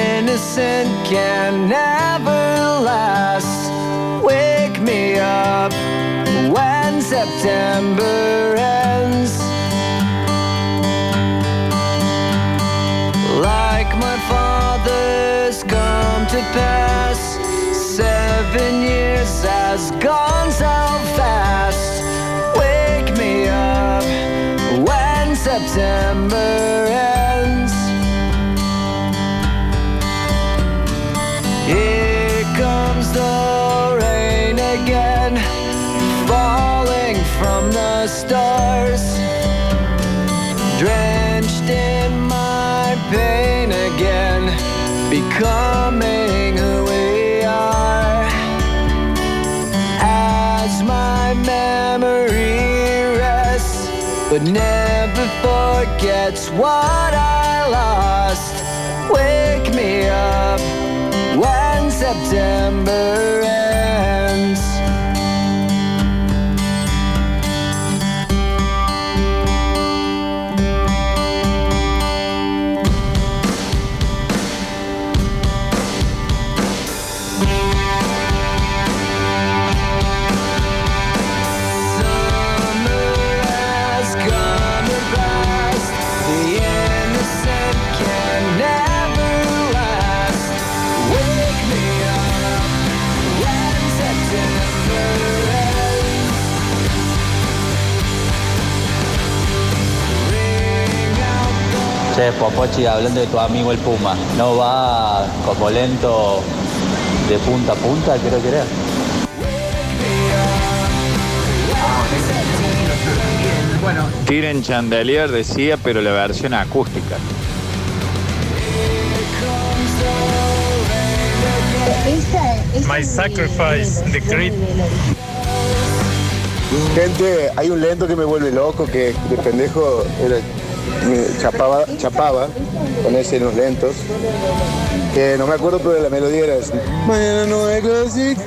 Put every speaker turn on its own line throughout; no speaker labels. innocent can never last. Wake me up when September ends. Like my father's come to pass, seven years has gone so fast. Wake me up when September ends. Here comes the rain again, falling from the stars, drenched in my pain again, becoming who we are. As my memory rests, but never forgets what I lost. Wake me up when September ends. Summer has come and passed. The innocent can never last. Wake me up when September ends. Ring out the
Che, Popochi, hablando de tu amigo el Puma, ¿no va como lento de punta a punta, quiero creer?
Tiren Chandelier decía, pero la versión acústica.
Esa- esa
My
es mi-
Sacrifice,
mi
The
versión
Creep.
de Melody.
Gente, hay un lento que me vuelve loco, que de pendejo era, me chapaba, chapaba con ese en los lentos. Que no me acuerdo, pero la melodía era así. Mañana no hay clases.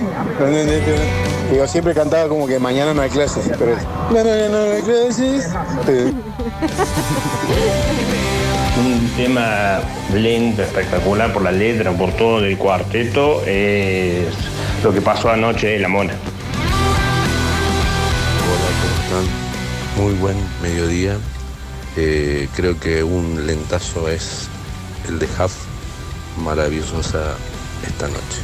Que yo siempre cantaba como que mañana no hay clases, pero es, mañana no hay clases. Sí.
Un tema lento, espectacular por la letra, por todo el cuarteto, es lo que pasó anoche en La Mona.
Hola, ¿cómo están? Muy buen mediodía. Eh, creo que un lentazo es el de Huff. Maravillosa esta noche.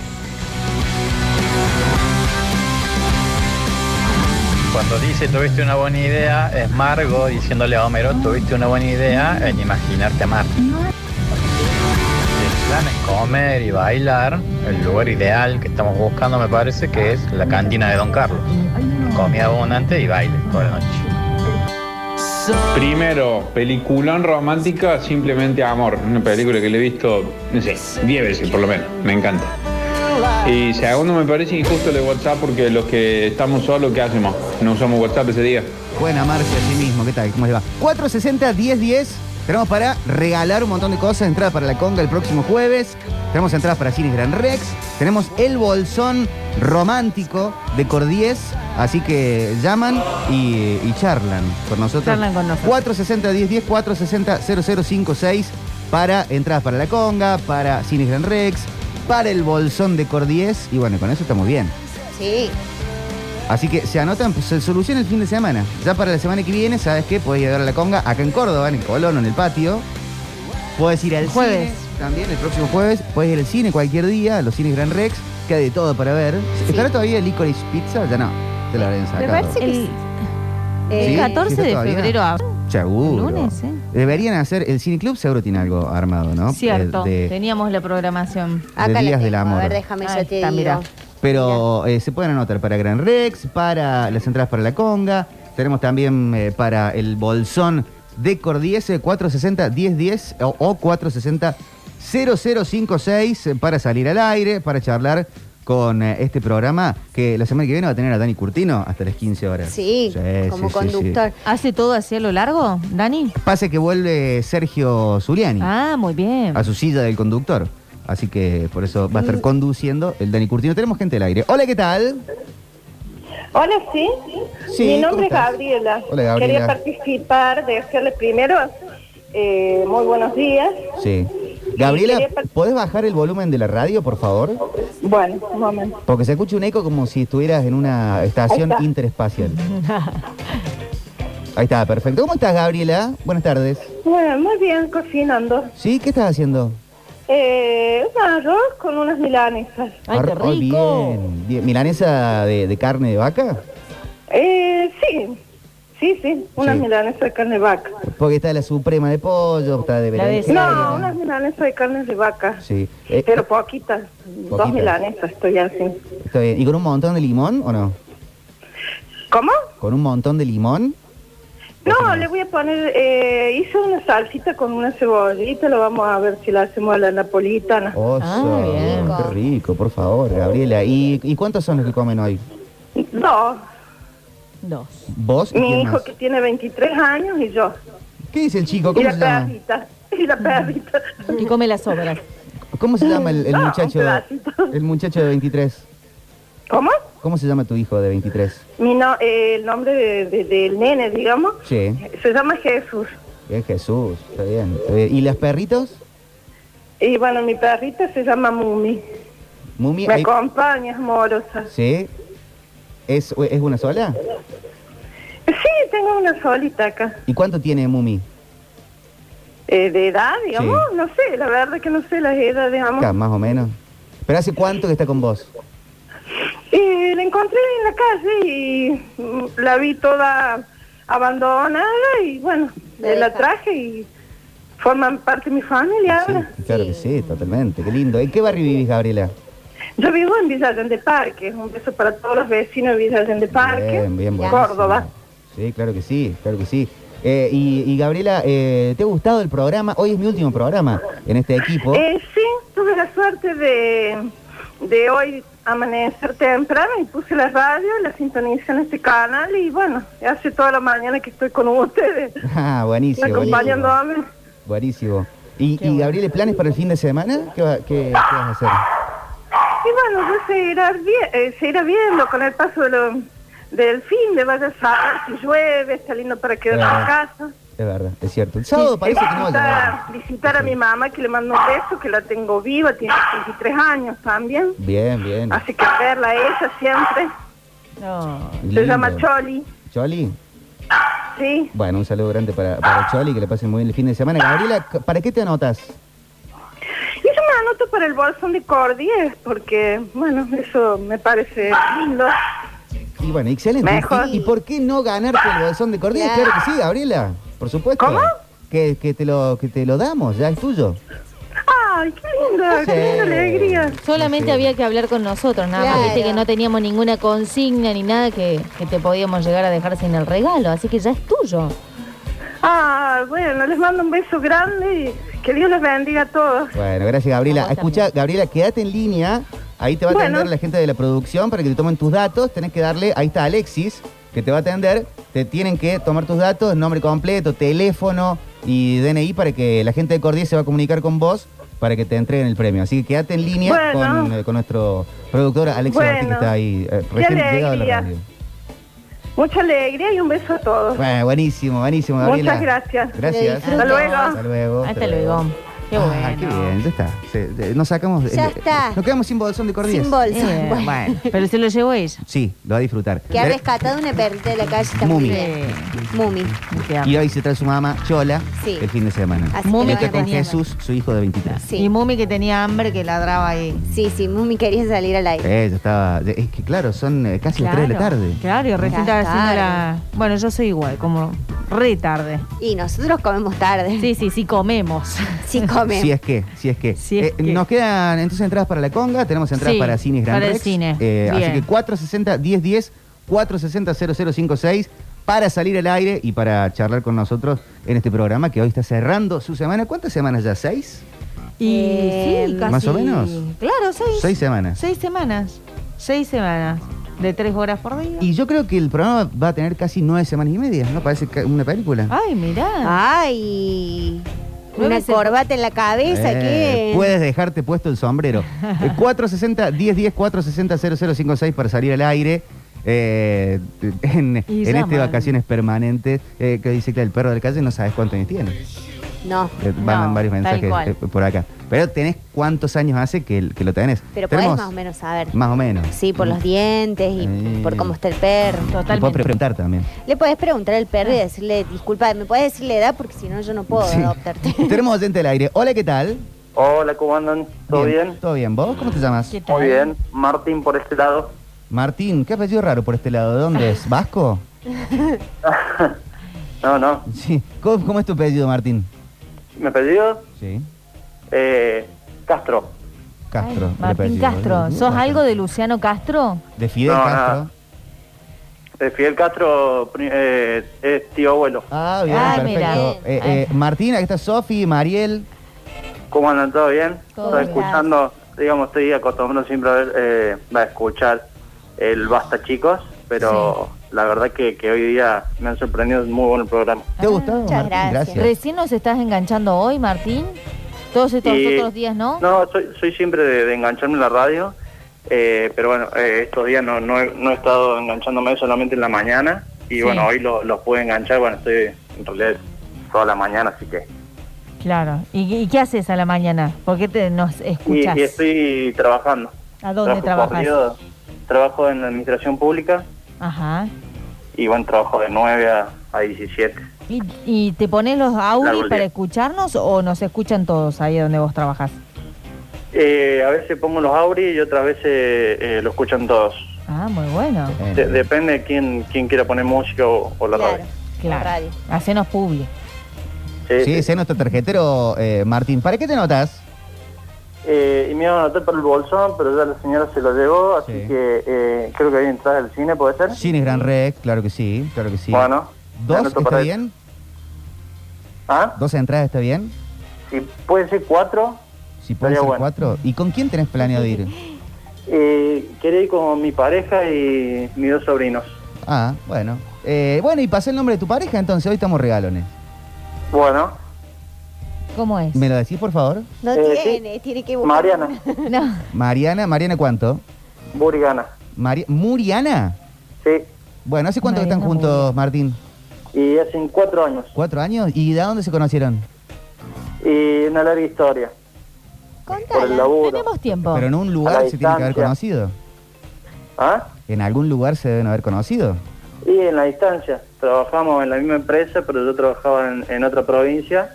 Cuando dice tuviste una buena idea, es Margo diciéndole a Homero tuviste una buena idea en imaginarte amar. El plan es comer y bailar. El lugar ideal que estamos buscando me parece que es la cantina de Don Carlos. Comida abundante y baile toda la noche.
Primero, peliculón romántica, simplemente amor. Una película que le he visto, no sé, 10 veces por lo menos. Me encanta. Y segundo, me parece injusto lo de WhatsApp porque los que estamos solos, ¿qué hacemos? No usamos WhatsApp ese día.
Pueden amarse a sí mismo. ¿Qué tal? ¿Cómo les va? 460-1010. Tenemos para regalar un montón de cosas. Entradas para la conga el próximo jueves. Tenemos entradas para Cines Gran Rex. Tenemos el bolsón romántico de Cordiez. Así que llaman y, y charlan con nosotros.
Charlan con nosotros.
460-1010, 460-0056 para entradas para la conga, para Cines Gran Rex, para el bolsón de Cordiez. Y bueno, con eso estamos bien.
Sí.
Así que se anotan, pues, se soluciona el fin de semana. Ya para la semana que viene, ¿sabes qué? Podés llegar a la conga acá en Córdoba, en el Colón o en el patio. Podés ir al
Jueves.
cine también, el próximo jueves. Podés ir al cine cualquier día, a los cines Gran Rex. Queda de todo para ver. ¿Estará todavía Licorice Pizza? Ya no. Te la habrán
Me
sacado.
parece que
El-
el
Sí,
14
está
de
todavía.
febrero a
Seguro.
lunes, ¿eh?
Deberían hacer, el Cine Club seguro tiene algo armado, ¿no?
Cierto,
Eh, de-
teníamos la programación.
Acá la
Días del
tengo.
Amor.
A ver, déjame,
Ahí
yo te
está,
digo.
mira.
Pero eh, se pueden anotar para Gran Rex, para las entradas para la conga. Tenemos también eh, para el bolsón de Cordiese 460-1010 o, o 460-0056 eh, para salir al aire, para charlar con eh, este programa que la semana que viene va a tener a Dani Curtino hasta las 15 horas.
Sí,
Sí,
como
sí, sí, sí.
conductor.
¿Hace todo así a lo largo, Dani?
Pasa que vuelve Sergio Zuliani
Ah, muy bien.
a su silla del conductor. Así que por eso va a
Mm.
estar conduciendo el Dani Curtino. Tenemos gente al aire. Hola, ¿qué tal?
Hola, sí.
Sí,
Mi
¿cómo
nombre es
estás?
Gabriela.
Hola, Gabriela.
Quería participar, desearle primero eh, muy buenos días
Sí. Gabriela,
quería par-
¿podés bajar el volumen de la radio, por favor?
Bueno, un momento.
Porque se escucha un eco como si estuvieras en una
Ahí
estación
está.
interespacial. Ahí está, perfecto. ¿Cómo estás, Gabriela? Buenas tardes.
Bueno, muy bien, cocinando.
¿Sí? ¿Qué estás haciendo?
Eh, un arroz con unas milanesas.
Ar- oh, bien, bien. ¿Milanesa de, de carne de vaca?
Eh, sí, sí, sí, unas milanesas de carne de vaca.
Porque está la suprema de pollo, está de berenjena.
No, unas milanesas de carne de vaca.
Sí. Eh,
Pero poquitas,
Poquitas.
dos milanesas estoy así.
está bien. ¿Y con un montón de limón o no?
¿Cómo?
¿Con un montón de limón?
No, le voy a poner, eh, hice una salsita con una cebollita, lo vamos a ver si la hacemos a la napolitana.
Oso, Ah, qué rico, por favor, Gabriela. ¿Y, y cuántos son los que comen hoy?
Dos,
Dos.
¿Vos y
mi
quién
hijo
más?
que tiene 23 años y yo.
¿Qué dice el chico?
Y
¿Cómo
la
se llama?
perrita, y la perrita.
Y come las sobras.
¿Cómo se llama el, el
Ah, un
muchacho? El muchacho de 23.
¿Cómo?
¿Cómo se llama tu hijo de 23?
Mi no- eh, el nombre de- de- del nene, digamos,
Sí,
se llama Jesús.
es Jesús, está bien. está bien. ¿Y los perritos?
Y bueno, mi perrita se llama Mumi.
Mumi, eh,
Me
hay-
acompañas, morosa.
¿sí? ¿Es, ¿Es una sola?
Sí, tengo una solita acá.
¿Y cuánto tiene Mumi?
Eh, de edad, digamos, no sé, la verdad que no sé las edades, digamos.
Acá, más o menos. ¿Pero hace cuánto que está con vos?
Y la encontré en la calle y mm, la vi toda abandonada y bueno, eh, la traje y forman parte de mi familia ahora.
Claro que sí, totalmente. Qué lindo. ¿En qué barrio vivís, Gabriela?
Yo vivo en Villa Allende Parque, un beso para todos los vecinos de Villa Allende Parque,
Bien, bien, buenísimo.
Córdoba.
Sí, claro que sí, claro que sí. Eh, y, y Gabriela, eh, ¿te ha gustado el programa? Hoy es mi último programa en este equipo.
Eh, sí, tuve la suerte de, de hoy amanecer temprano y puse la radio, la sintonicé en este canal y bueno, hace toda la mañana que estoy con ustedes,
Ah, buenísimo. buenísimo.
acompañándome.
Buenísimo. ¿Y, y Gabriela, planes para el fin de semana? ¿Qué, va- qué- qué vas a hacer?
Y bueno, yo se irá, vie- eh, se irá viendo con el paso de lo- del fin de vaya a saber si llueve, está lindo para quedarse en
Ah.
casa.
Es verdad, es cierto. El sábado parece que no va a
visitar,
llover.
visitar a mi mamá que le mando un beso, que la tengo viva, tiene 23 años también.
Bien, bien.
Así que verla a ella siempre.
Lindo.
Se llama Choli,
Choli.
sí.
Bueno, un saludo grande para, para Choli, que le pasen muy bien el fin de semana. Gabriela, c- ¿para qué te anotas?
Y yo me anoto para el bolsón de Cordies porque, bueno, eso me parece lindo.
Y bueno, excelente.
Mejor.
¿Y, y por qué no ganarte el bolsón de cordillas?
Claro.
Claro que sí, Gabriela. Por supuesto.
¿Cómo?
Que, que te lo, que te lo damos, ya es tuyo.
¡Ay, qué lindo! ¡Qué linda alegría!
Solamente había que hablar con nosotros, nada más.
Claro.
Viste que no teníamos ninguna consigna ni nada que, que te podíamos llegar a dejar sin el regalo, así que ya es tuyo.
Ah, bueno, les mando un beso grande y que Dios les bendiga a todos.
Bueno, gracias, Gabriela. Escucha, Gabriela, quédate en línea. Ahí te va a
Bueno.
atender la gente de la producción para que te tomen tus datos. Tenés que darle, ahí está Alexis, que te va a atender. Te tienen que tomar tus datos, nombre completo, teléfono y DNI para que la gente de Cordier se va a comunicar con vos para que te entreguen el premio. Así que quédate en línea
Bueno.
con, eh, con nuestro productor Alexis
Bueno.
Ortiz, que está ahí eh,
Qué
recién llegado a la
alegría.
radio.
Mucha alegría y un beso a todos.
Bueno, buenísimo, buenísimo, Gabriela.
Muchas gracias.
Gracias.
Hasta luego.
Hasta luego.
Ah, Hasta luego. Qué
Ah,
bueno.
qué bien, ya está. Se- de- nos sacamos.
Ya
eh,
está.
Nos quedamos sin bolsón de cordillas.
Sin bolsón, Eh, bueno. bueno. Pero se lo llevó ella.
Sí, lo va a disfrutar.
Que ha
Ver-
rescatado una perrita de la calle
Mumi.
también. Mumi.
Y hoy se trae su mamá, Chola,
Sí.
el fin de semana.
Así
Y
que la
está con
acompañamos.
Jesús, su hijo de 23.
Y
Mumi que tenía hambre que ladraba ahí.
Sí, sí, Mumi quería salir al aire.
Eh, ya estaba. Es que claro, son eh, casi las 3 de la tarde.
Claro, y recién estaba
Ya
haciendo la.
tarde.
Bueno, yo soy igual, como re tarde.
Y nosotros comemos tarde.
Sí, sí, sí, comemos.
Sí, comemos.
¿eh? Si es que, si es que. Eh,
que.
Nos quedan entonces entradas para la conga, tenemos entradas
Sí,
para cines Gran
para el
Rex.
cine.
Eh, así
Bien.
que 460-1010, 460-0056 para salir al aire y para charlar con nosotros en este programa que hoy está cerrando su semana. ¿Cuántas semanas ya? ¿Seis?
Y
Eh,
sí, casi.
¿Más o menos?
Claro, seis.
Seis semanas.
Seis semanas. Seis semanas. De tres horas por día.
Y yo creo que el programa va a tener casi nueve semanas y media, ¿no? Parece ca- una película.
Ay, mirá.
Ay. Una
Nueve se-
corbata en la cabeza,
Eh,
¿qué?
Puedes dejarte puesto el sombrero. Eh, 460-1010, 460-0056 para salir al aire. eh, en
Y
en este
llaman.
vacaciones permanentes eh, que dice que el perro del calle no sabes cuántos años tiene.
No.
Eh, Van
No,
varios
tal
mensajes
cual.
eh, por acá. Pero tenés cuántos años hace que, que lo tenés.
Pero podés
Tenemos-
más o menos saber.
Más o menos.
Sí, por los dientes y
Eh.
por cómo está el perro.
Te puedo preguntar también.
Le podés preguntar al perro y
Ah.
decirle, disculpa, ¿me puedes decir la edad? Porque si no, yo no puedo
Sí.
adoptarte.
Tenemos oyente del aire. Hola, ¿qué tal?
Hola, ¿cómo andan? ¿Todo bien?
¿Todo bien? ¿Vos cómo te llamas?
Muy bien. Martín por este lado.
Martín, qué apellido raro por este lado. ¿De dónde es? ¿Vasco?
No, no.
Sí. ¿Cómo, cómo es tu apellido, Martín?
¿Me apellido?
Sí.
Eh, Castro.
Castro. el
Martín
apellido.
Castro, ¿sos algo de Luciano Castro?
De Fidel
No,
Castro.
nada. Eh, Fidel Castro pri- eh, es tío abuelo.
Ah, bien,
Ah,
perfecto.
mira.
Eh, eh, Martín, aquí está Sofi, Mariel.
¿Cómo andan? ¿Todo bien?
Todo
Estoy
bien.
escuchando, digamos, estoy acostumbrado siempre a, ver, eh, a escuchar el Basta Chicos, pero la verdad que, que hoy día me han sorprendido, es muy bueno el programa.
¿Te
Ah,
gustó? Martín?
¿Recién nos estás enganchando hoy, Martín? Todos estos
Y-
otros días, ¿no?
No, soy, soy siempre de, de engancharme en la radio, eh, pero bueno, eh, estos días no, no, he, no he estado enganchándome solamente en la mañana y
Sí.
bueno, hoy lo- los pude enganchar, bueno, estoy en realidad toda la mañana, así que...
Claro. ¿Y, y qué haces a la mañana? ¿Por qué te nos
Y,
escuchas?
y estoy trabajando.
¿A dónde
Trabajo
trabajas?
corrido, trabajo en la administración pública
Ajá.
y bueno, trabajo de 9 a, a 17.
¿Y, y te pones los
Claro,
audios
bien.
para escucharnos o nos escuchan todos ahí donde vos trabajás?
Eh, a veces pongo los auris y otras veces eh, lo escuchan todos.
Ah, muy bueno.
Eh.
De- depende de quién, quién quiera poner música o, o la radio.
Claro. Hacenos publi.
Sí, ese es nuestro tarjetero, eh, Martín. ¿Para qué te notas?
Eh, y me iban a anotar para el bolsón, pero ya la señora se lo llevó, así que eh, creo que hay entradas al cine, ¿puede ser?
Cines Gran Rex, claro que sí, claro que sí.
Bueno,
¿Dos
anoto
está
para-
bien?
¿Ah?
¿Dos entradas está bien?
Si puede ser cuatro,
Si pueden
Estaría
ser
bueno.
cuatro. ¿Y con quién tenés planeado ir?
eh, quería ir con mi pareja y mis dos sobrinos.
Ah, bueno. Eh, bueno, y pasé el nombre de tu pareja, entonces hoy estamos regalones.
Bueno,
¿Cómo es?
¿Me lo decís, por favor?
No
Eh, sí.
tiene, tiene que buscar.
Mariana,
No.
Mariana, Mariana, ¿cuánto?
Burigana,
Mari- ¿Muriana?
sí.
Bueno, ¿hace cuánto que están juntos, Martín?
Y hace cuatro años,
¿Cuatro años? ¿Y de dónde se conocieron?
y una larga historia. Por el laburo.
Tenemos tiempo.
Pero en un
A
lugar
la
se tienen que haber
distancia.
conocido.
¿Ah?
En algún lugar se deben haber conocido.
Y en la distancia, trabajamos en la misma empresa, pero yo trabajaba en, en otra provincia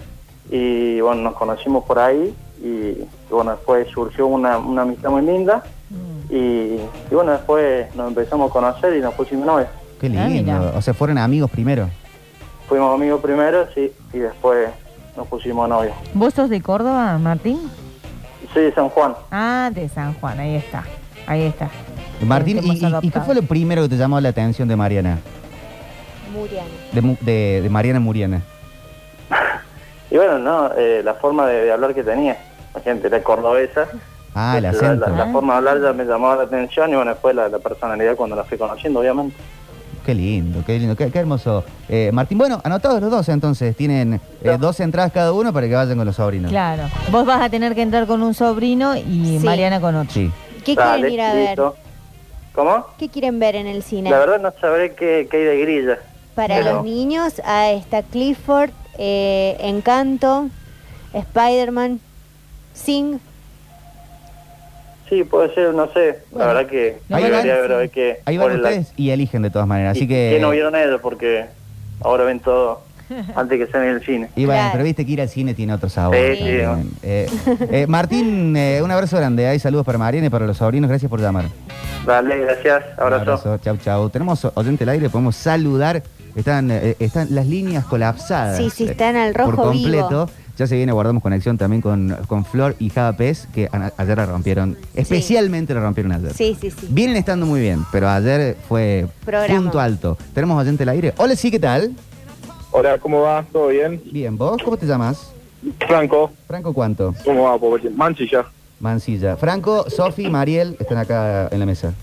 y bueno, nos conocimos por ahí y bueno, después surgió una, una amistad muy linda y, y, bueno, después nos empezamos a conocer y nos pusimos novios.
Qué
Ah,
lindo. o sea, fueron amigos primero.
Fuimos amigos primero, sí, y después nos pusimos novios.
¿Vos sos de Córdoba, Martín?
Soy de San Juan.
Ah, de San Juan, ahí está. Ahí está.
Martín,
Te
¿y,
hemos
y- y qué
adoptado.
fue lo primero que te llamó la atención de Mariana?
Muriana.
De, Mu- de- de Mariana Muriana.
Y bueno, no, eh, la forma de, de hablar que tenía, la gente era cordobesa.
Ah, el
la,
acento.
la- la forma de hablar ya me llamaba la atención y bueno, después la, la personalidad cuando la fui conociendo, obviamente.
Qué lindo, qué lindo, qué, qué hermoso. Eh, Martín, bueno, anotados los dos entonces. Tienen eh, dos entradas cada uno para que vayan con los sobrinos.
Claro. Vos vas a tener que entrar con un sobrino y
Sí.
Mariana con otro.
Sí.
¿Qué
Dale,
quieren ir a ver?
listo. ¿Cómo?
¿Qué quieren ver en el cine?
La verdad no sabré qué, qué hay de grilla.
Para
Pero-
los niños ah, está Clifford, eh, Encanto, Spider-Man, Sing.
Sí, puede ser, no sé.
Bueno.
la verdad que
Ahí van,
debería ver a ver qué.
Ahí van
cuál es la-
ustedes y eligen de todas maneras. Así
y qué no
que.
vieron ellos porque ahora ven todo antes que sean en el cine.
Y bueno, pero viste que ir al cine tiene otro sabor.
Sí, sí,
también.
bueno.
Eh, eh, Martín, eh, un abrazo grande. Hay saludos para Mariana y para los sobrinos. Gracias por llamar.
Dale, gracias. Abrazo.
Abrazo, Chau, chau. Tenemos oyente al aire, podemos saludar. Están, eh, están las líneas colapsadas.
Sí, sí,
eh,
están al
Por
rojo vivo.
completo. Ya se viene, guardamos conexión también con, con Flor y Java Pez, que a- ayer la rompieron. Especialmente la rompieron ayer.
Sí, sí, sí.
Vienen estando muy bien, pero ayer fue
Programa.
punto alto. Tenemos oyente al aire. Hola, sí, ¿qué tal?
Hola, ¿cómo va? ¿Todo bien?
Bien, ¿vos cómo te llamas?
Franco,
Franco, ¿cuánto?
¿cómo va, Popoche? Manchilla,
Mancilla. Franco, Sofi, Mariel están acá en la mesa.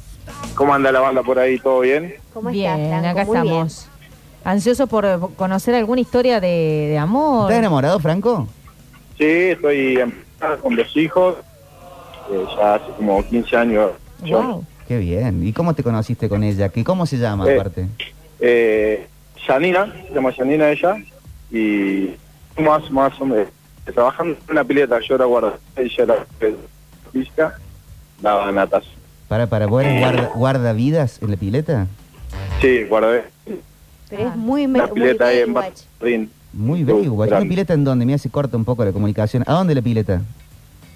¿cómo anda la banda por ahí? ¿Todo bien?
¿Cómo
bien, acá
Muy bien.
estamos. Ansioso por eh, conocer alguna historia de, de amor.
¿Estás enamorado, Franco?
Sí, estoy en pareja con dos hijos, eh, ya hace como 15 años. yo.
Wow.
Qué bien. ¿Y cómo te conociste con ella? ¿Qué, ¿Cómo se llama,
Eh,
aparte?
Eh, Yanina, se llama Yanina ella, y más, más o menos. Trabajando en una pileta, yo era guarda, ella era eh, física, daba natas.
Para, para, ¿vos
Eh.
eres guarda, guardavidas en la pileta?
Sí, guardé
Pero
Ah.
es muy, me-
una
muy
pileta ahí en
Baywatch.
Barrín,
Muy Baywatch. ¿Una
grande.
pileta en dónde? Mira, se corta un poco la comunicación. ¿A dónde la pileta?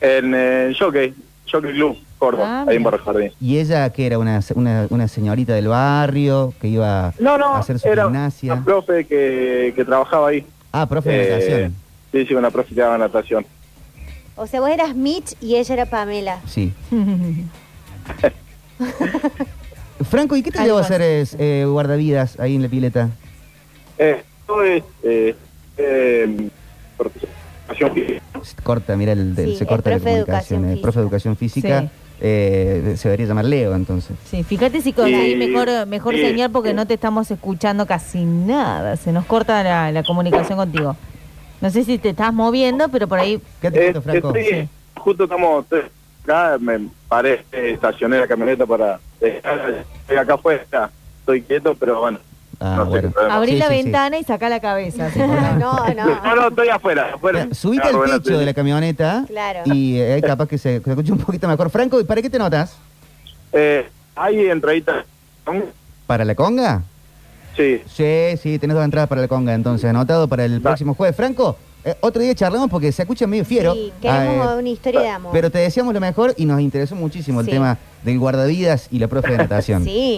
en eh, Jockey, Jockey Club, Córdoba,
Ah,
ahí en Barrio Jardín.
¿Y ella que era una, una, una señorita del barrio que iba
No, no,
a hacer su
era
gimnasia?
una profe que, que trabajaba ahí.
Ah, profe
Eh.
de natación.
Sí, sí, una profe que daba natación.
O sea, vos eras Mitch y ella era Pamela.
Sí. Franco, ¿y qué te llevó a hacer es, eh, guardavidas ahí en la pileta?
Eh, esto es eh, eh, participación física.
Se corta, mira, el, el-
Sí,
se corta
el
la
profe de
comunicación.
educación
el profe de educación física
Sí.
eh, se debería llamar Leo, entonces.
Sí, fíjate si con
Y-
ahí mejor, mejor
eh,
y-
señal porque no te estamos escuchando casi nada. Se nos corta la, la comunicación contigo. No sé si te estás moviendo, pero por ahí.
Eh, estoy- justo estamos estoy acá, me paré, eh, estacioné la camioneta para dejar, estoy acá afuera, estoy quieto, pero bueno.
Ah,
no sé qué problema.
Abrí la ventana y saca la cabeza.
no,
No, no, estoy afuera, afuera.
Subite
Ah,
al
Rubén,
techo
sí.
de la camioneta
Claro.
y eh, capaz que se, que se escuche un poquito mejor. Franco, ¿y para qué te notas?
Eh, hay entraditas,
¿Para la conga?
sí.
Sí, sí, tenés dos entradas para la conga, entonces anotado para el próximo jueves. Franco, eh, otro día charlamos porque se escucha medio fiero.
Sí, queremos
Ah, eh,
una historia de amor.
pero te deseamos lo mejor y nos interesó muchísimo el
Sí.
tema del guardavidas y la profe de natación.
Sí.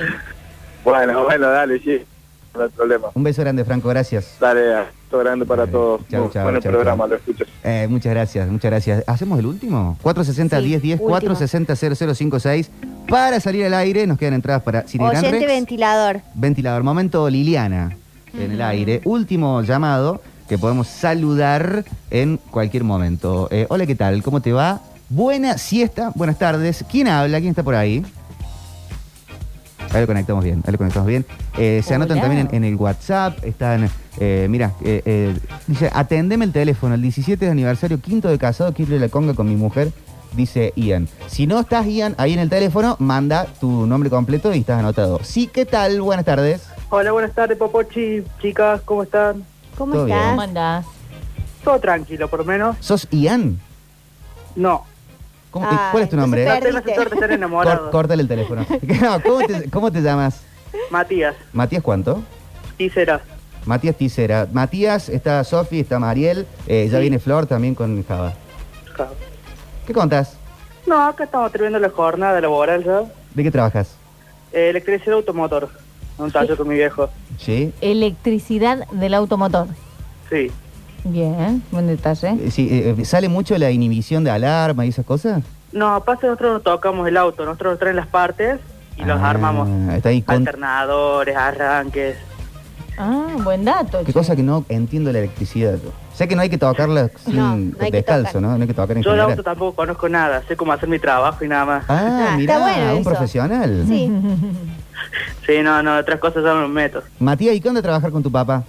Bueno, bueno, dale, sí, no hay problema.
Un beso grande, Franco, gracias.
Dale, abrazo grande para todos.
chau,
Muy
chau,
Buen
chau,
programa,
chau.
lo escucho.
Eh, muchas gracias, muchas gracias. ¿Hacemos el último? 460-1010,
último.
460-0056. Para salir al aire, nos quedan entradas para Cine Gran
Oyente
Rex.
ventilador.
Ventilador, momento Liliana en el aire. Último llamado que podemos saludar en cualquier momento. Eh, hola, ¿qué tal? ¿Cómo te va? Buena siesta, buenas tardes. ¿Quién habla? ¿Quién está por ahí? Ahí lo conectamos bien, ahí lo conectamos bien. Eh, se anotan
Hola.
también en, en el WhatsApp, están, eh, mira, eh, eh, dice, atendeme el teléfono, el 17 de aniversario, quinto de casado, quiero ir a la conga con mi mujer, dice Ian. Si no estás, Ian, ahí en el teléfono, manda tu nombre completo y estás anotado. Sí, ¿qué tal? Buenas tardes.
Hola, buenas tardes, Popochi, chicas, ¿cómo están?
¿Cómo
Todo estás? bien.
¿Cómo andás?
Todo tranquilo, por lo menos.
¿Sos Ian?
No.
¿Cómo- eh, ¿Cuál es tu nombre?
No tengas el suerte de estar enamorado.
Cor- córtale el teléfono. No, ¿cómo, te, cómo te llamas?
Matías,
¿Matías cuánto?
y serás.
Matías Ticera. Matías, está Sofi, está Mariel, eh, ya viene Flor también con Java. ¿Qué contás?
No, acá estamos terminando la jornada laboral ya.
¿De qué trabajas?
Eh, electricidad automotor. en Un taller con mi viejo.
Sí.
Electricidad del automotor.
Sí.
Bien, buen detalle.
Eh, sí, eh, eh, ¿Sale mucho la inhibición de alarma y esas cosas?
No, pasa que nosotros no tocamos el auto, nosotros nos traen las partes y los
Ah,
armamos.
Está ahí con...
Alternadores, arranques.
Ah, buen dato.
Qué cosa que no entiendo la electricidad. yo. Sé que no hay que tocarla sin-
No, no hay que
descalzo,
tocar.
¿no? No hay que tocar en
Yo el
general.
auto tampoco conozco nada, sé cómo hacer mi trabajo y nada más.
Ah, mirá, un profesional.
Sí.
Sí, no, no, otras cosas ya no me meto.
Matías, ¿y qué onda trabajar con tu papá?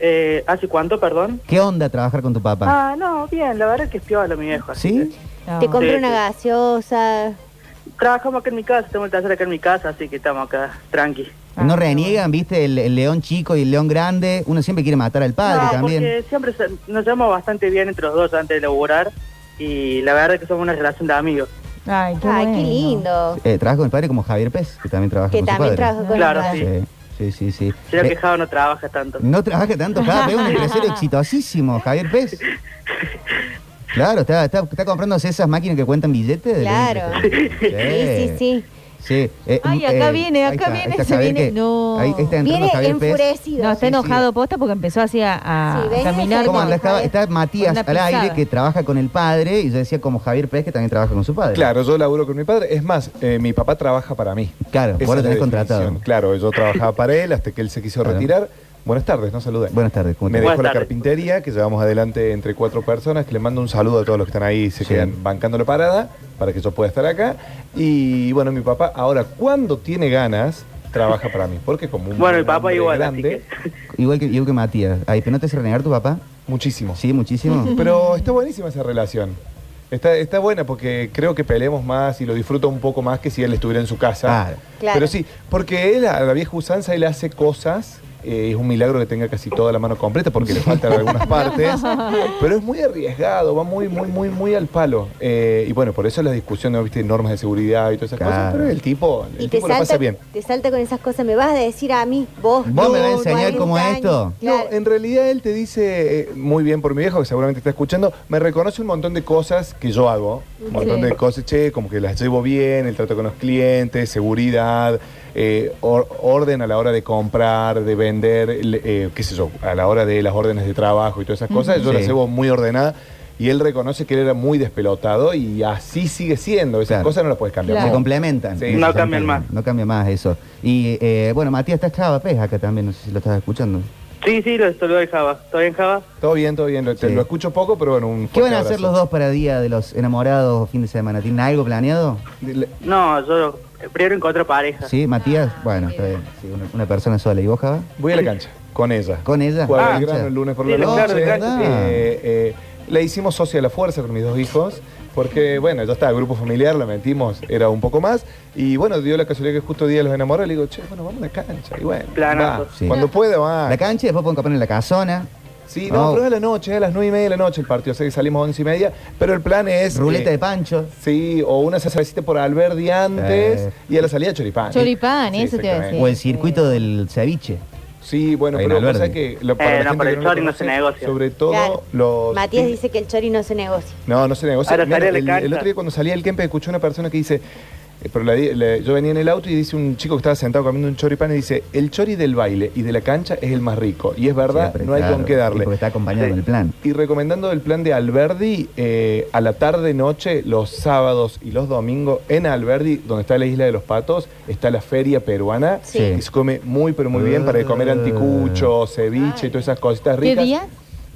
Eh, ¿Hace cuánto, perdón?
¿Qué onda trabajar con tu papá?
Ah, no, bien, la verdad es que es piola mi viejo. así
¿Sí?
Ah,
que-
Te compré
Sí,
una gaseosa.
sí. Trabajamos acá en mi casa, tengo el taller acá en mi casa, así que estamos acá, tranqui.
No reniegan, ¿viste? El, el león chico y el león grande. Uno siempre quiere matar al padre
No,
también.
porque siempre se- nos llevamos bastante bien entre los dos antes de laburar y la verdad es que somos una relación de amigos.
Ay,
qué, lindo.
Eh, trabaja con el padre como Javier Pez, que también trabaja
Que
con
también
su padre.
trabaja con Claro, el padre.
Sí, sí, sí. sí.
Creo
Eh,
que Java no trabaja tanto.
no trabaja tanto, Javier Pez es un empresario exitosísimo, Javier Pez. Claro, está, está, está comprándose esas máquinas que cuentan billetes. de
Claro.
león.
Sí, sí, sí.
Sí, eh,
Ay,
eh,
acá
ahí
viene,
está,
acá
ahí
viene,
está
se
Javier
viene.
que-
No.
Ahí está entrando Javier Pez.
No, está enojado posta porque empezó así a, a
Sí, ven,
caminar.
¿Cómo
como-
anda? Estaba- está Matías
Una
al aire
pisada.
que trabaja con el padre y yo decía como Javier Pérez que también trabaja con su padre.
Claro, yo laburo con mi padre. Es más, eh, mi papá trabaja para mí.
Claro,
Esa
vos lo
es la
tenés contratado.
definición. Claro, yo trabajaba para él hasta que él se quiso retirar. Buenas tardes, no saludé.
Buenas tardes, ¿cómo
Me
te
dejó
va?
la
Buenas tardes.
carpintería, que llevamos adelante entre cuatro personas, que le mando un saludo a todos los que están ahí y se quedan bancando la parada para que yo pueda estar acá. Y bueno, mi papá ahora, cuando tiene ganas, trabaja para mí, porque como un
Bueno, mi papá
hombre
igual, así
grande,
Igual que, igual que Matías. Ay, ¿pero no te hace renegar tu papá?
Muchísimo.
Sí, muchísimo.
Pero está buenísima esa relación. Está, está buena porque creo que peleamos más y lo disfruto un poco más que si él estuviera en su casa.
Claro.
Claro.
Pero sí, porque él a la vieja usanza, él hace cosas eh, es un milagro que tenga casi toda la mano completa porque le faltan algunas partes. Pero es muy arriesgado, va muy, muy, muy, muy al palo. Eh, y bueno, por eso la discusión ¿no? ¿Viste? normas de seguridad y todas esas cosas. Pero el tipo, el
Y te
tipo la pasa
salta,
bien.
te salta con esas cosas. Me vas a decir a mí, vos.
¿Vos me vas a
no,
enseñar
40
cómo es
años.
esto?
Claro.
En realidad él te dice, eh, muy bien por mi viejo, que seguramente está escuchando, me reconoce un montón de cosas que yo hago, un montón
Sí.
de cosas, che, como que las llevo bien, el trato con los clientes, seguridad, eh, or- orden a la hora de comprar, de vender, le- eh, qué sé yo, a la hora de las órdenes de trabajo y todas esas cosas,
Ujú.
yo las
Sí.
llevo muy ordenada. Y él reconoce que él era muy despelotado y así sigue siendo. Esas cosas no las puedes cambiar.
Se complementan.
Sí.
Se complementan. No cambia más eso. Y eh, bueno, Matías, está Chava Pez acá también, no sé si lo estás escuchando.
Sí, sí, lo estoy de Java. ¿Todo bien, Java?
Todo bien, todo bien. Lo, te-
Sí.
lo escucho poco, pero bueno, un
¿Qué van
fuerte
a hacer
abrazo.
los dos para Día de los Enamorados o fin de semana? ¿Tienen algo planeado?
No, yo primero encontré pareja.
Sí, Matías. Bueno, está bien. Sí, una, una persona sola. ¿Y vos, Java?
Voy a la cancha, con ella.
¿Con ella?
Juega
Ah,
Belgrano
cancha.
el lunes por
Sí,
la
la
noche.
claro, de cancha, sí.
Eh, eh, la hicimos socia de la fuerza con mis dos hijos, porque bueno, ya está, grupo familiar, la mentimos, era un poco más. Y bueno, dio la casualidad que justo día de los enamorados, le digo, che, bueno, vamos a la cancha. Y bueno, va.
Sí.
cuando pueda va.
La cancha y después pueden poner la casona.
Sí, no,
Oh.
pero es a la noche, es a las nueve y media de la noche el partido, o sea que salimos a once y media, pero el plan es...
Ruleta de
pancho. Sí, o una cervecita por Alberdi antes
Eh.
y a la salida choripán.
Choripán, eso te iba a decir.
O el circuito del ceviche.
Sí, bueno,
Ahí en
pero
Alberdi.
pasa que lo, para
Eh,
la
no,
gente
pero
que
el
lo
chori no
conoce,
se negocia.
Sobre todo
Claro.
los
Matías dice que el chori no se negocia.
No, no se negocia.
Ahora
Mira,
sale de
el,
cancha.
el otro día cuando salí del Kempe escuché una persona que dice, eh, pero la di- la- yo venía en el auto y dice un chico que estaba sentado comiendo un choripán y dice, el chori del baile y de la cancha es el más rico. Y es verdad,
Siempre,
no hay
claro.
con qué darle.
Y porque está acompañado del plan.
Y recomendando el plan de Alberdi eh, a la tarde noche, los sábados y los domingos, en Alberdi, donde está la isla de los patos, está la feria peruana,
Sí.
que se come muy pero muy bien para comer anticucho, ceviche y todas esas cositas
¿Qué
ricas.
día?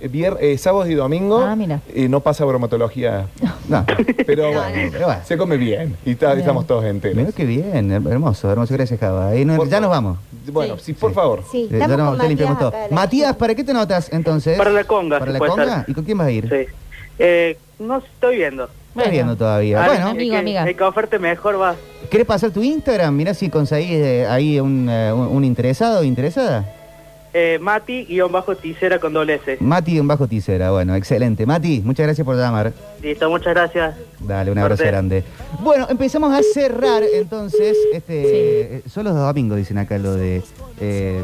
Eh, vier- eh, sábados y domingo
Ah, mira.
eh, no pasa bromatología. No. Pero, bueno, se come bien. Y ta- estamos todos enteros.
Mira qué bien, her- hermoso, hermoso. Gracias, Java. Eh, no- ya nos vamos.
Bueno, sí, por favor.
Eh, ya nos vamos, ya limpiamos todo. Matías, ¿para qué te notas entonces?
Para la conga, si
¿Para la
puede
conga?
ser.
¿Y con quién vas a ir?
Sí. Eh, no estoy viendo.
Estás viendo todavía.
Ahora,
Bueno,
el que, El que oferte mejor va.
¿querés pasar tu Instagram? Mirá si conseguís eh, ahí un, eh, un- un interesado o interesada.
Eh, Mati, guión bajo tisera con doble S.
Mati, un bajo tisera. Bueno, excelente. Mati, muchas gracias por llamar.
Listo, muchas gracias.
Dale, un abrazo
Suerte.
grande. Bueno, empezamos a cerrar entonces. Este, eh, Son los domingos, dicen acá lo de. eh,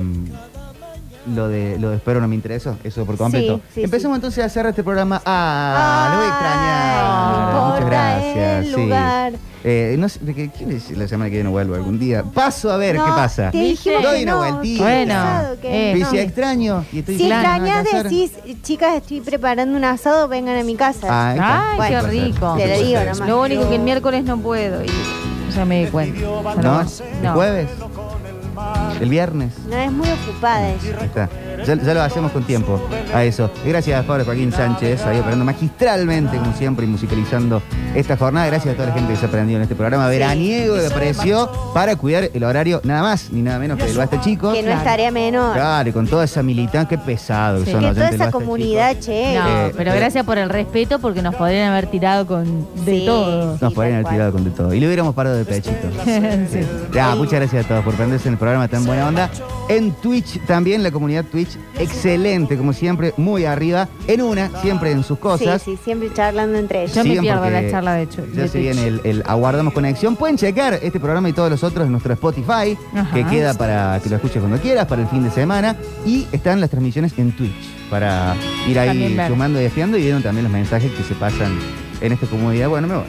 lo de lo de espero no me interesó, eso por completo.
Sí, sí,
Empezamos entonces a cerrar este programa. Ah, lo voy a extrañar. Muchas gracias.
el
sí.
lugar.
Eh, no sé, ¿qué- ¿Quién es la semana que viene vuelvo algún día? Paso a ver
No,
qué pasa.
te dijimos
Doy
que
una
no,
vueltita.
Bueno,
eh,
que
Y
no.
si extraño, y estoy
Si
plano,
extrañas
¿no? ¿Qué hacer?
decís, chicas, estoy preparando un asado, vengan a mi casa.
Ah, ahí está.
Ay,
Bueno,
qué rico.
Te lo digo nomás.
Lo único que el miércoles no puedo y ya me di cuenta.
¿No?
Nada más.
¿El jueves? ¿El viernes?
No, es muy ocupada
Mm.
ella.
Ahí está. Ya, ya lo hacemos con tiempo a eso. Gracias Pablo Joaquín Sánchez, ahí operando magistralmente, como siempre, y musicalizando esta jornada. Gracias a toda la gente que se ha aprendido en este programa veraniego que apareció para cuidar el horario nada más ni nada menos que el Basta Chicos.
Que no es tarea menor.
Claro, y con toda esa militancia, qué pesado que
Sí.
son
Que
los
toda
oyentes del
esa
Basta,
comunidad,
chicos.
che.
No,
Eh,
pero
eh,
gracias por el respeto porque nos podrían haber tirado con de
Sí.
todo.
Nos podrían haber tirado con de todo. Y le hubiéramos parado de pechito.
Sí.
Ya, muchas gracias a todos por prenderse en el programa tan buena onda. En Twitch también, la comunidad Twitch, excelente, como siempre, muy arriba, en una, siempre en sus cosas.
Sí, sí, siempre charlando entre ellos.
Sigan porque Ya se
se
viene el, el Aguardamos Conexión. Pueden checar este programa y todos los otros en nuestro Spotify,
Ajá.
que queda para que lo escuches cuando quieras, para el fin de semana. Y están las transmisiones en Twitch, para ir ahí
También ver.
sumando y desfiando. Y vieron también los mensajes que se pasan en esta comunidad. Bueno, me voy.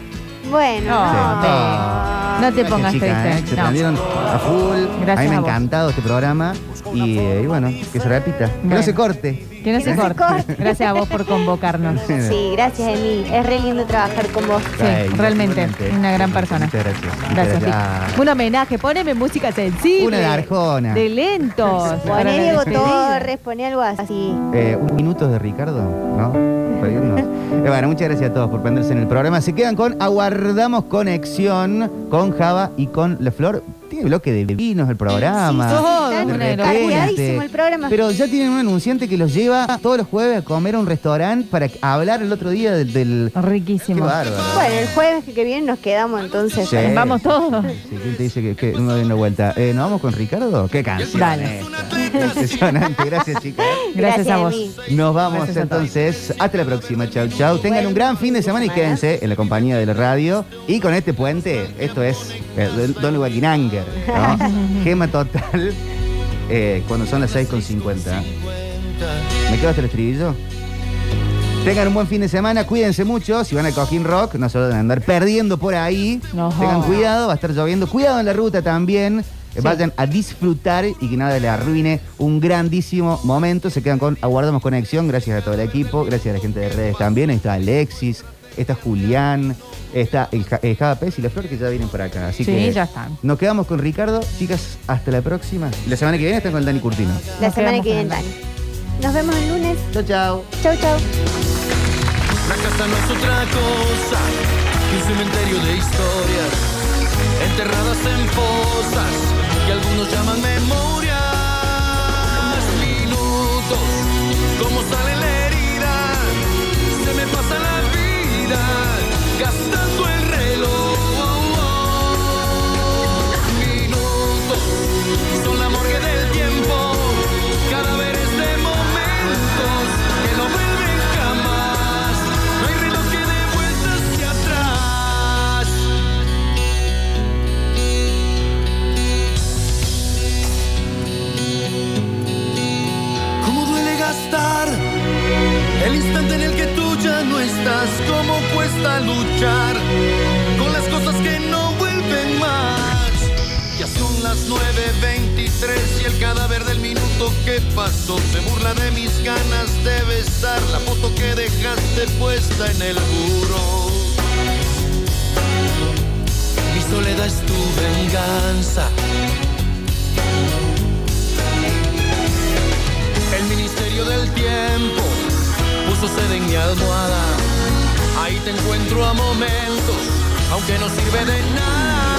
Bueno, no,
No te pongas
Chicas, ¿eh?
triste.
Se
no.
prendieron a full.
Gracias
a mí me
a
ha
vos.
encantado este programa. Y, eh, y bueno, que se repita. Que no
Bueno.
se corte.
Que no se
¿Eh?
corte. Gracias a vos por convocarnos.
Sí, gracias, Emi. Es re lindo trabajar con vos.
Sí, realmente, una gran persona.
Muchas gracias. Muchas
Gracias,
gracias.
Vic. Un homenaje, poneme música sensible.
Una de Arjona.
De lentos. para
Poné
la
Diego
despedida.
Torres, poné algo así.
Eh, un minuto de Ricardo, ¿no? Para irnos. Eh, bueno, muchas gracias a todos por prenderse en el programa. Se quedan con Aguardamos Conexión con Java y con La Flor. Tiene bloque de vinos el programa.
Sí, sí, sí,
De
está
repente.
cargadísimo el programa.
Pero ya tienen un anunciante que los lleva todos los jueves a comer a un restaurante para hablar el otro día del. del-
Riquísimo.
Qué bárbaro.
Bueno, el jueves que viene nos quedamos entonces.
Sí. Vamos
todos.
Eh, Sí, ¿Quién te dice que, que no doy una vuelta? Eh, ¿Nos vamos con Ricardo? ¿Qué canción?
Dale.
es? Impresionante, gracias chicas.
Gracias a vos.
Nos vamos
Gracias a todos.
entonces. Hasta la próxima. Chau, chau. Tengan un gran fin de semana y quédense en la compañía de la radio. Y con este puente, esto es eh, Don Guaguinanger, ¿no? Gema total. eh, cuando son las 6.50. ¿Me quedo hasta el estribillo? Tengan un buen fin de semana, cuídense mucho. Si van al Cojín Rock, no se lo deben andar perdiendo por ahí. Tengan cuidado, va a estar lloviendo. Cuidado en la ruta también. Eh, Vayan a disfrutar y que nada les arruine un grandísimo momento. Se quedan con Aguardamos Conexión. Gracias a todo el equipo, gracias a la gente de redes también. Ahí está Alexis, está Julián, está el Ja- el Java Pérez y la Flor que ya vienen por acá. Así
Sí,
que
ya están.
Nos quedamos con Ricardo. Chicas, hasta la próxima. La semana que viene están con el Dani Curtino.
La semana que viene, Dani. Nos vemos el lunes. Chau, chau. Chau, chau.
La casa no es otra cosa que un cementerio de historias enterradas en fosas que algunos llaman memorias. Minutos, como sale la herida, se me pasa la vida gastando el reloj. Minutos, son la morgue del tiempo, cadáveres de momentos que no vuelven jamás. No hay reloj que dé vuelta hacia atrás. ¿Cómo duele gastar el instante en el que tú ya no estás? ¿Cómo cuesta luchar con las cosas que no vuelven más? Ya son las 9.23 y el cadáver del minuto que pasó se burla de mis ganas de besar la foto que dejaste puesta en el buró. Mi soledad es tu venganza. El ministerio del tiempo puso sed en mi almohada. Ahí te encuentro a momentos, aunque no sirve de nada.